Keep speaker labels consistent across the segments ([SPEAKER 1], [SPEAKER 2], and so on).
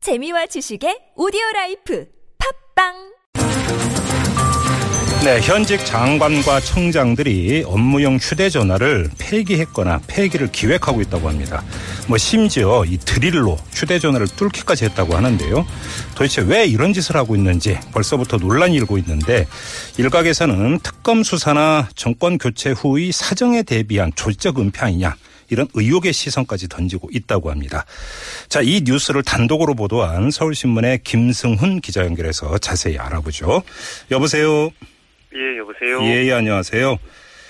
[SPEAKER 1] 재미와 지식의 오디오 라이프 팝빵
[SPEAKER 2] 네, 현직 장관과 청장들이 업무용 휴대전화를 폐기했거나 폐기를 기획하고 있다고 합니다. 뭐 심지어 이 드릴로 휴대전화를 뚫기까지 했다고 하는데요. 도대체 왜 이런 짓을 하고 있는지 벌써부터 논란이 일고 있는데 일각에서는 특검 수사나 정권 교체 후의 사정에 대비한 조직 은폐 아니냐 이런 의혹의 시선까지 던지고 있다고 합니다. 자, 이 뉴스를 단독으로 보도한 서울신문의 김승훈 기자 연결해서 자세히 알아보죠. 여보세요.
[SPEAKER 3] 예, 여보세요.
[SPEAKER 2] 예, 예, 안녕하세요.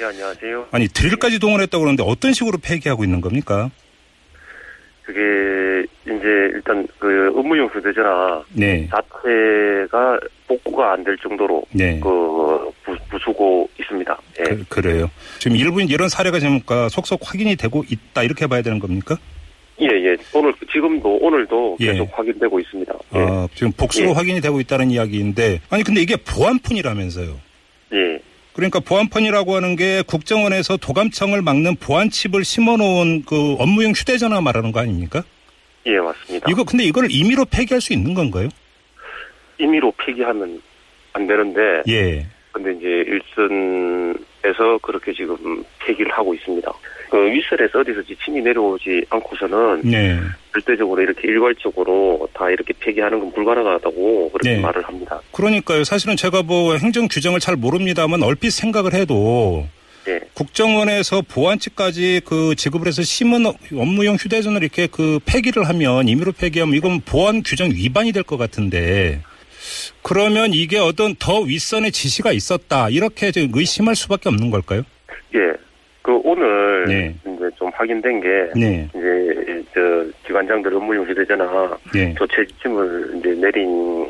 [SPEAKER 3] 예, 안녕하세요.
[SPEAKER 2] 아니, 드릴까지 동원했다고 그러는데 어떤 식으로 폐기하고 있는 겁니까?
[SPEAKER 3] 그게 이제 일단 그 업무용 휴대전화
[SPEAKER 2] 네.
[SPEAKER 3] 자체가 복구가 안 될 정도로
[SPEAKER 2] 네.
[SPEAKER 3] 그 부, 부수고 있습니다. 예.
[SPEAKER 2] 그, 그래요. 지금 일부 이런 사례가 지금 가- 속속 확인이 되고 있다 이렇게 봐야 되는 겁니까?
[SPEAKER 3] 예, 예. 오늘 지금도 오늘도
[SPEAKER 2] 예.
[SPEAKER 3] 계속 확인되고 있습니다. 예.
[SPEAKER 2] 아, 지금 복수로
[SPEAKER 3] 예.
[SPEAKER 2] 확인이 되고 있다는 이야기인데 아니 근데 이게 보안폰이라면서요.
[SPEAKER 3] 예.
[SPEAKER 2] 그러니까 보안폰이라고 하는 게 국정원에서 도감청을 막는 보안칩을 심어놓은 그 업무용 휴대전화 말하는 거 아닙니까?
[SPEAKER 3] 예, 맞습니다.
[SPEAKER 2] 이거 근데 이걸 임의로 폐기할 수 있는 건가요?
[SPEAKER 3] 임의로 폐기하면 안 되는데
[SPEAKER 2] 예.
[SPEAKER 3] 근데 이제 일선에서 그렇게 지금 폐기를 하고 있습니다. 그 윗선에서 어디서 지침이 내려오지 않고서는
[SPEAKER 2] 네.
[SPEAKER 3] 절대적으로 이렇게 일괄적으로 다 이렇게 폐기하는 건 불가능하다고 그렇게
[SPEAKER 2] 네.
[SPEAKER 3] 말을 합니다.
[SPEAKER 2] 그러니까요. 사실은 제가 뭐 행정 규정을 잘 모릅니다만 얼핏 생각을 해도
[SPEAKER 3] 예,
[SPEAKER 2] 국정원에서 보안치까지 그 지급을 해서 심은 어- 업무용 휴대전을 이렇게 그 폐기를 하면 임의로 폐기하면 이건 보안 규정 위반이 될 것 같은데 그러면 이게 어떤 더 윗선의 지시가 있었다 이렇게 지금 의심할 수밖에 없는 걸까요?
[SPEAKER 3] 예. 그 오늘
[SPEAKER 2] 네.
[SPEAKER 3] 이제 좀 확인된 게
[SPEAKER 2] 네,
[SPEAKER 3] 이제 저 기관장들 업무용 휴대전화
[SPEAKER 2] 네.
[SPEAKER 3] 조치 지침을 이제 내린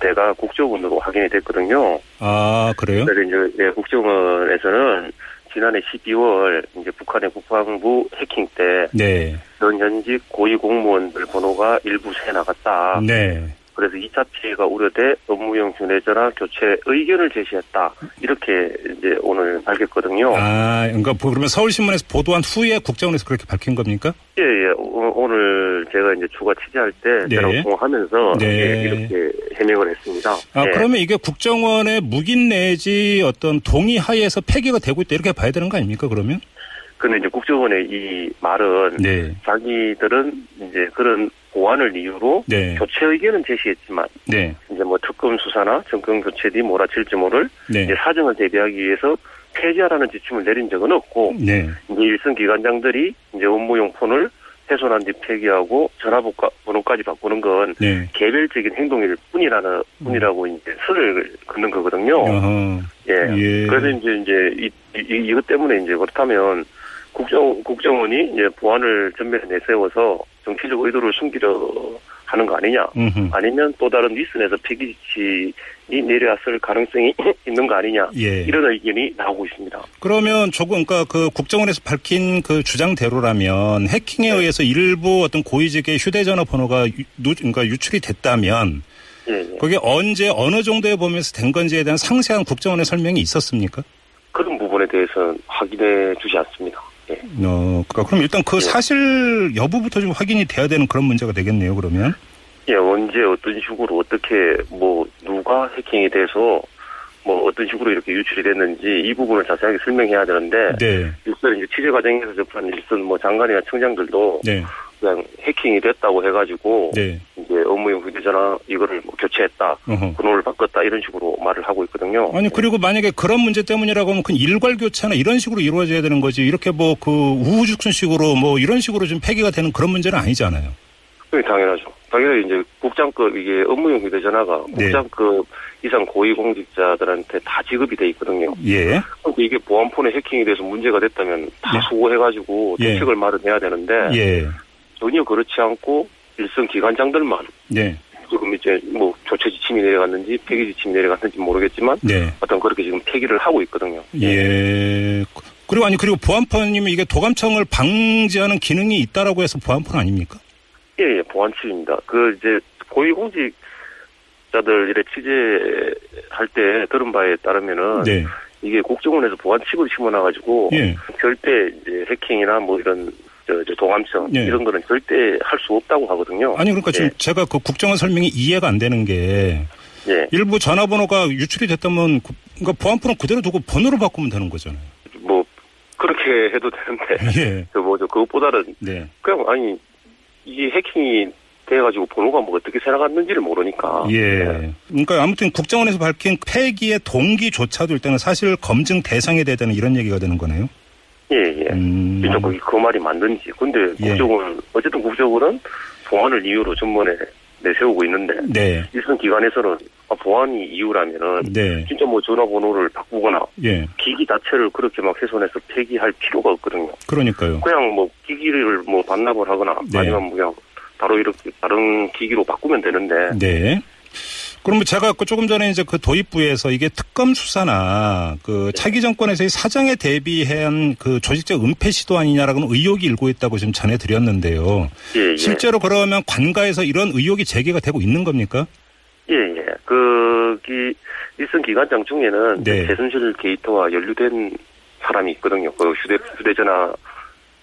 [SPEAKER 3] 데가 국정원으로 확인이 됐거든요.
[SPEAKER 2] 아 그래요?
[SPEAKER 3] 그래서 이제 예, 국정원에서는 지난해 12월 이제 북한의 국방부 해킹 때
[SPEAKER 2] 네,
[SPEAKER 3] 전현직 고위 공무원들 번호가 일부 새 나갔다.
[SPEAKER 2] 네.
[SPEAKER 3] 그래서 2차 피해가 우려돼 업무용 휴대전화 교체 의견을 제시했다. 이렇게 이제 오늘 밝혔거든요.
[SPEAKER 2] 아 그러니까 보- 그러면 서울신문에서 보도한 후에 국정원에서 그렇게 밝힌 겁니까?
[SPEAKER 3] 예, 예. 오- 오늘 제가 이제 추가 취재할 때
[SPEAKER 2] 네.
[SPEAKER 3] 저랑 통화하면서
[SPEAKER 2] 네.
[SPEAKER 3] 예, 이렇게 해명을 했습니다.
[SPEAKER 2] 아
[SPEAKER 3] 예.
[SPEAKER 2] 그러면 이게 국정원의 묵인 내지 어떤 동의 하에서 폐기가 되고 있다 이렇게 봐야 되는 거 아닙니까? 그러면?
[SPEAKER 3] 근데 이제 국정원의 이 말은
[SPEAKER 2] 네,
[SPEAKER 3] 자기들은 이제 그런 보안을 이유로
[SPEAKER 2] 네,
[SPEAKER 3] 교체 의견은 제시했지만
[SPEAKER 2] 네,
[SPEAKER 3] 이제 뭐 특검 수사나 정권 교체 뒤 몰아칠지 모를
[SPEAKER 2] 네.
[SPEAKER 3] 이제 사정을 대비하기 위해서 폐지하라는 지침을 내린 적은 없고
[SPEAKER 2] 네.
[SPEAKER 3] 이제 일선 기관장들이 이제 업무용 폰을 훼손한 뒤 폐기하고 전화번호까지 바꾸는 건
[SPEAKER 2] 네.
[SPEAKER 3] 개별적인 행동일 뿐이라는
[SPEAKER 2] 음.
[SPEAKER 3] 뿐이라고 이제 선을 긋는 거거든요.
[SPEAKER 2] 어허.
[SPEAKER 3] 예.
[SPEAKER 2] 아, 예.
[SPEAKER 3] 그래서 이제 이제 이, 이, 이것 때문에 이제 그렇다면 국정 국정원이 이제 보안을 전면에 내세워서 정치적 의도를 숨기려 하는 거 아니냐?
[SPEAKER 2] 음흠.
[SPEAKER 3] 아니면 또 다른 윗선에서 폐기 지침이 내려왔을 가능성이 있는 거 아니냐?
[SPEAKER 2] 예.
[SPEAKER 3] 이런 의견이 나오고 있습니다.
[SPEAKER 2] 그러면 조금 그러니까 그 국정원에서 밝힌 그 주장대로라면 해킹에
[SPEAKER 3] 네.
[SPEAKER 2] 의해서 일부 어떤 고위직의 휴대전화 번호가 유, 누- 그러니까 유출이 됐다면
[SPEAKER 3] 예, 예.
[SPEAKER 2] 그게 언제 어느 정도에 보면서 된 건지에 대한 상세한 국정원의 설명이 있었습니까?
[SPEAKER 3] 그런 부분에 대해서는 확인해 주지 않습니다. 예.
[SPEAKER 2] 어, 그러니까 그럼 일단 그
[SPEAKER 3] 예.
[SPEAKER 2] 사실 여부부터 좀 확인이 돼야 되는 그런 문제가 되겠네요. 그러면
[SPEAKER 3] 예, 언제 어떤 식으로 어떻게 뭐 누가 해킹이 돼서 뭐 어떤 식으로 이렇게 유출이 됐는지 이 부분을 자세하게 설명해야 되는데
[SPEAKER 2] 네,
[SPEAKER 3] 일선 이제 취재 과정에서 접한 일선 뭐 장관이나 청장들도
[SPEAKER 2] 네,
[SPEAKER 3] 그냥 해킹이 됐다고 해가지고
[SPEAKER 2] 네.
[SPEAKER 3] 이제 업무용 휴대전화 이거를 뭐 교체했다
[SPEAKER 2] 어허.
[SPEAKER 3] 번호를 바꿨다 이런 식으로 말을 하고 있거든요.
[SPEAKER 2] 아니 그리고 만약에 그런 문제 때문이라고 하면 그 일괄 교체나 이런 식으로 이루어져야 되는 거지 이렇게 뭐 그 우후죽순식으로 뭐 이런 식으로 좀 폐기가 되는 그런 문제는 아니잖아요.
[SPEAKER 3] 네, 당연하죠. 당연히 이제 국장급 이게 업무용 휴대전화가
[SPEAKER 2] 네.
[SPEAKER 3] 국장급 이상 고위공직자들한테 다 지급이 돼 있거든요.
[SPEAKER 2] 예,
[SPEAKER 3] 근데 이게 보안폰의 해킹이 돼서 문제가 됐다면 다
[SPEAKER 2] 네.
[SPEAKER 3] 소고해가지고
[SPEAKER 2] 예.
[SPEAKER 3] 대책을 마련해야 되는데
[SPEAKER 2] 예,
[SPEAKER 3] 전혀 그렇지 않고 일선 기관장들만
[SPEAKER 2] 네,
[SPEAKER 3] 지금 이제 뭐 조처 지침이 내려갔는지 폐기 지침이 내려갔는지 모르겠지만
[SPEAKER 2] 네,
[SPEAKER 3] 어떤 그렇게 지금 폐기를 하고 있거든요.
[SPEAKER 2] 예. 그리고 아니 그리고 보안폰이면 이게 도감청을 방지하는 기능이 있다라고 해서 보안폰 아닙니까?
[SPEAKER 3] 예, 예, 보안칩입니다. 그 이제 고위공직자들 이래 취재할 때 들은 바에 따르면은
[SPEAKER 2] 네,
[SPEAKER 3] 이게 국정원에서 보안칩을 심어놔가지고
[SPEAKER 2] 예,
[SPEAKER 3] 절대 이제 해킹이나 뭐 이런 저, 저 동암청
[SPEAKER 2] 예.
[SPEAKER 3] 이런 거는 절대 할 수 없다고 하거든요.
[SPEAKER 2] 아니 그러니까 지금 제가 그 국정원 설명이 이해가 안 되는 게
[SPEAKER 3] 예, 예.
[SPEAKER 2] 일부 전화번호가 유출이 됐다면 그- 그러니까 보안프는 그대로 두고 번호로 바꾸면 되는 거잖아요.
[SPEAKER 3] 뭐 그렇게 해도 되는데
[SPEAKER 2] 예.
[SPEAKER 3] 그 뭐죠 그것보다는
[SPEAKER 2] 네.
[SPEAKER 3] 그냥 아니 이게 해킹이 돼가지고 번호가 뭐 어떻게 살아갔는지를 모르니까
[SPEAKER 2] 예. 그러니까 아무튼 국정원에서 밝힌 폐기의 동기조차도 일단은 사실 검증 대상이 돼야 되는 이런 얘기가 되는 거네요.
[SPEAKER 3] 예예
[SPEAKER 2] 음.
[SPEAKER 3] 진짜 그, 그 말이 맞는지 근데
[SPEAKER 2] 예.
[SPEAKER 3] 국적은 어쨌든 국적은 보안을 이유로 전문에 내세우고 있는데
[SPEAKER 2] 네.
[SPEAKER 3] 일선 기관에서는 아, 보안이 이유라면은
[SPEAKER 2] 네.
[SPEAKER 3] 진짜 뭐 전화번호를 바꾸거나
[SPEAKER 2] 예.
[SPEAKER 3] 기기 자체를 그렇게 막 훼손해서 폐기할 필요가 없거든요.
[SPEAKER 2] 그러니까요.
[SPEAKER 3] 그냥 뭐 기기를 뭐 반납을 하거나
[SPEAKER 2] 네.
[SPEAKER 3] 아니면 뭐 그냥 바로 이렇게 다른 기기로 바꾸면 되는데
[SPEAKER 2] 네. 그러면 제가 그 조금 전에 이제 그 도입부에서 이게 특검 수사나 그 차기 정권에서의 사장에 대비한 그 조직적 은폐 시도 아니냐라는 의혹이 일고 있다고 지금 전해드렸는데요.
[SPEAKER 3] 예, 예.
[SPEAKER 2] 실제로 그러면 관가에서 이런 의혹이 제기가 되고 있는 겁니까?
[SPEAKER 3] 예, 예. 그, 기, 일선 기관장 중에는
[SPEAKER 2] 네.
[SPEAKER 3] 재순실 게이트와 연루된 사람이 있거든요. 그 휴대, 휴대전화,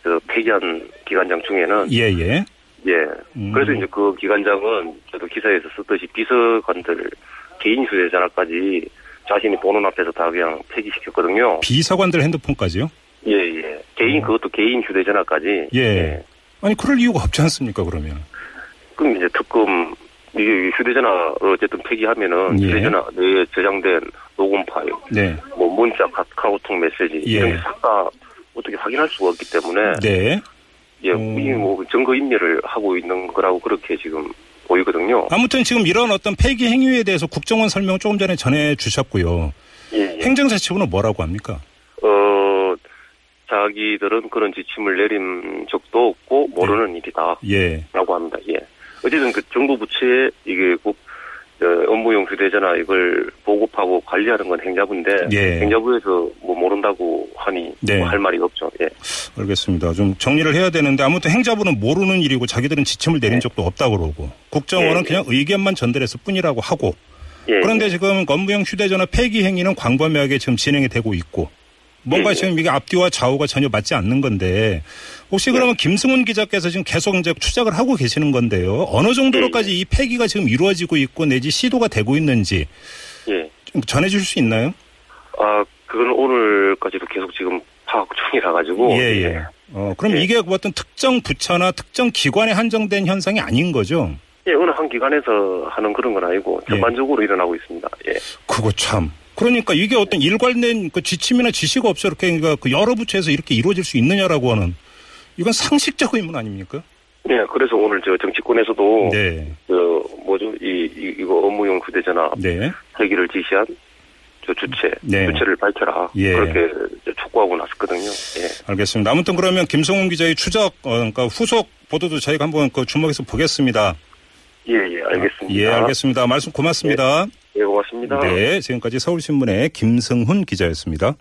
[SPEAKER 3] 그, 폐기한 기관장 중에는.
[SPEAKER 2] 예, 예.
[SPEAKER 3] 예.
[SPEAKER 2] 음.
[SPEAKER 3] 그래서 이제 그 기관장은 저도 기사에서 썼듯이 비서관들 개인 휴대전화까지 자신이 보는 앞에서 다 그냥 폐기시켰거든요.
[SPEAKER 2] 비서관들 핸드폰까지요?
[SPEAKER 3] 예, 예. 개인, 그것도 개인 휴대전화까지.
[SPEAKER 2] 음. 예. 아니, 그럴 이유가 없지 않습니까, 그러면?
[SPEAKER 3] 그럼 이제 특검 이게 휴대전화 어쨌든 폐기하면은
[SPEAKER 2] 예.
[SPEAKER 3] 휴대전화 내에 저장된 녹음 파일,
[SPEAKER 2] 네.
[SPEAKER 3] 뭐 문자, 카- 카카오톡 메시지
[SPEAKER 2] 예.
[SPEAKER 3] 이런 게싹다 어떻게 확인할 수가 없기 때문에
[SPEAKER 2] 네.
[SPEAKER 3] 예,
[SPEAKER 2] 음.
[SPEAKER 3] 이뭐 증거 인멸을 하고 있는 거라고 그렇게 지금 보이거든요.
[SPEAKER 2] 아무튼 지금 이런 어떤 폐기 행위에 대해서 국정원 설명 조금 전에 전해 주셨고요.
[SPEAKER 3] 예, 예.
[SPEAKER 2] 행정사 측은 뭐라고 합니까?
[SPEAKER 3] 어 자기들은 그런 지침을 내린 적도 없고 모르는 일이다.
[SPEAKER 2] 예.
[SPEAKER 3] 라고 합니다. 예. 어쨌든 그 정부 부처에 이게 꼭 어, 업무용 휴대전화 이걸 보급하고 관리하는 건 행자부인데
[SPEAKER 2] 예.
[SPEAKER 3] 행자부에서 뭐 모른다고 하니
[SPEAKER 2] 네.
[SPEAKER 3] 뭐할 말이 없죠. 예.
[SPEAKER 2] 알겠습니다. 좀 정리를 해야 되는데 아무튼 행자부는 모르는 일이고 자기들은 지침을
[SPEAKER 3] 예.
[SPEAKER 2] 내린 적도 없다고 그러고 국정원은
[SPEAKER 3] 네.
[SPEAKER 2] 그냥 의견만 전달했을 뿐이라고 하고
[SPEAKER 3] 예.
[SPEAKER 2] 그런데 지금 업무용 휴대전화 폐기 행위는 광범위하게 지금 진행이 되고 있고 뭔가
[SPEAKER 3] 네.
[SPEAKER 2] 지금 이게 앞뒤와 좌우가 전혀 맞지 않는 건데 혹시
[SPEAKER 3] 예.
[SPEAKER 2] 그러면 김승훈 기자께서 지금 계속 이제 추적을 하고 계시는 건데요. 어느 정도로까지 이 폐기가 지금 이루어지고 있고 내지 시도가 되고 있는지
[SPEAKER 3] 예.
[SPEAKER 2] 좀 전해주실 수 있나요?
[SPEAKER 3] 아 그건 오늘까지도 계속 지금 파악 중이라 가지고
[SPEAKER 2] 예, 예. 어, 그럼
[SPEAKER 3] 뭐, 예.
[SPEAKER 2] 이게 뭐 어떤 특정 부처나 특정 기관에 한정된 현상이 아닌 거죠?
[SPEAKER 3] 예, 어느 한 기관에서 하는 그런 건 아니고
[SPEAKER 2] 예.
[SPEAKER 3] 전반적으로 일어나고 있습니다. 예.
[SPEAKER 2] 그거 참. 그러니까 이게 어떤 일관된 그 지침이나 지시가 없어 이렇게 그러니까 그 여러 부처에서 이렇게 이루어질 수 있느냐라고 하는 이건 상식적 의문 아닙니까?
[SPEAKER 3] 예, 그래서 오늘 저 정치권에서도
[SPEAKER 2] 네.
[SPEAKER 3] 저 뭐죠 이, 이 이거 업무용 휴대전화
[SPEAKER 2] 네.
[SPEAKER 3] 회기를 지시한 저 주체,
[SPEAKER 2] 네.
[SPEAKER 3] 주체를 밝혀라.
[SPEAKER 2] 예.
[SPEAKER 3] 그렇게 이제 촉구하고 나섰거든요. 예.
[SPEAKER 2] 알겠습니다. 아무튼 그러면 김성훈 기자의 추적, 어, 그러니까 후속 보도도 저희가 한번 그 주목해서 보겠습니다.
[SPEAKER 3] 예, 예, 알겠습니다.
[SPEAKER 2] 예, 알겠습니다. 네. 말씀 고맙습니다.
[SPEAKER 3] 예, 고맙습니다.
[SPEAKER 2] 네. 지금까지 서울신문의 김성훈 기자였습니다.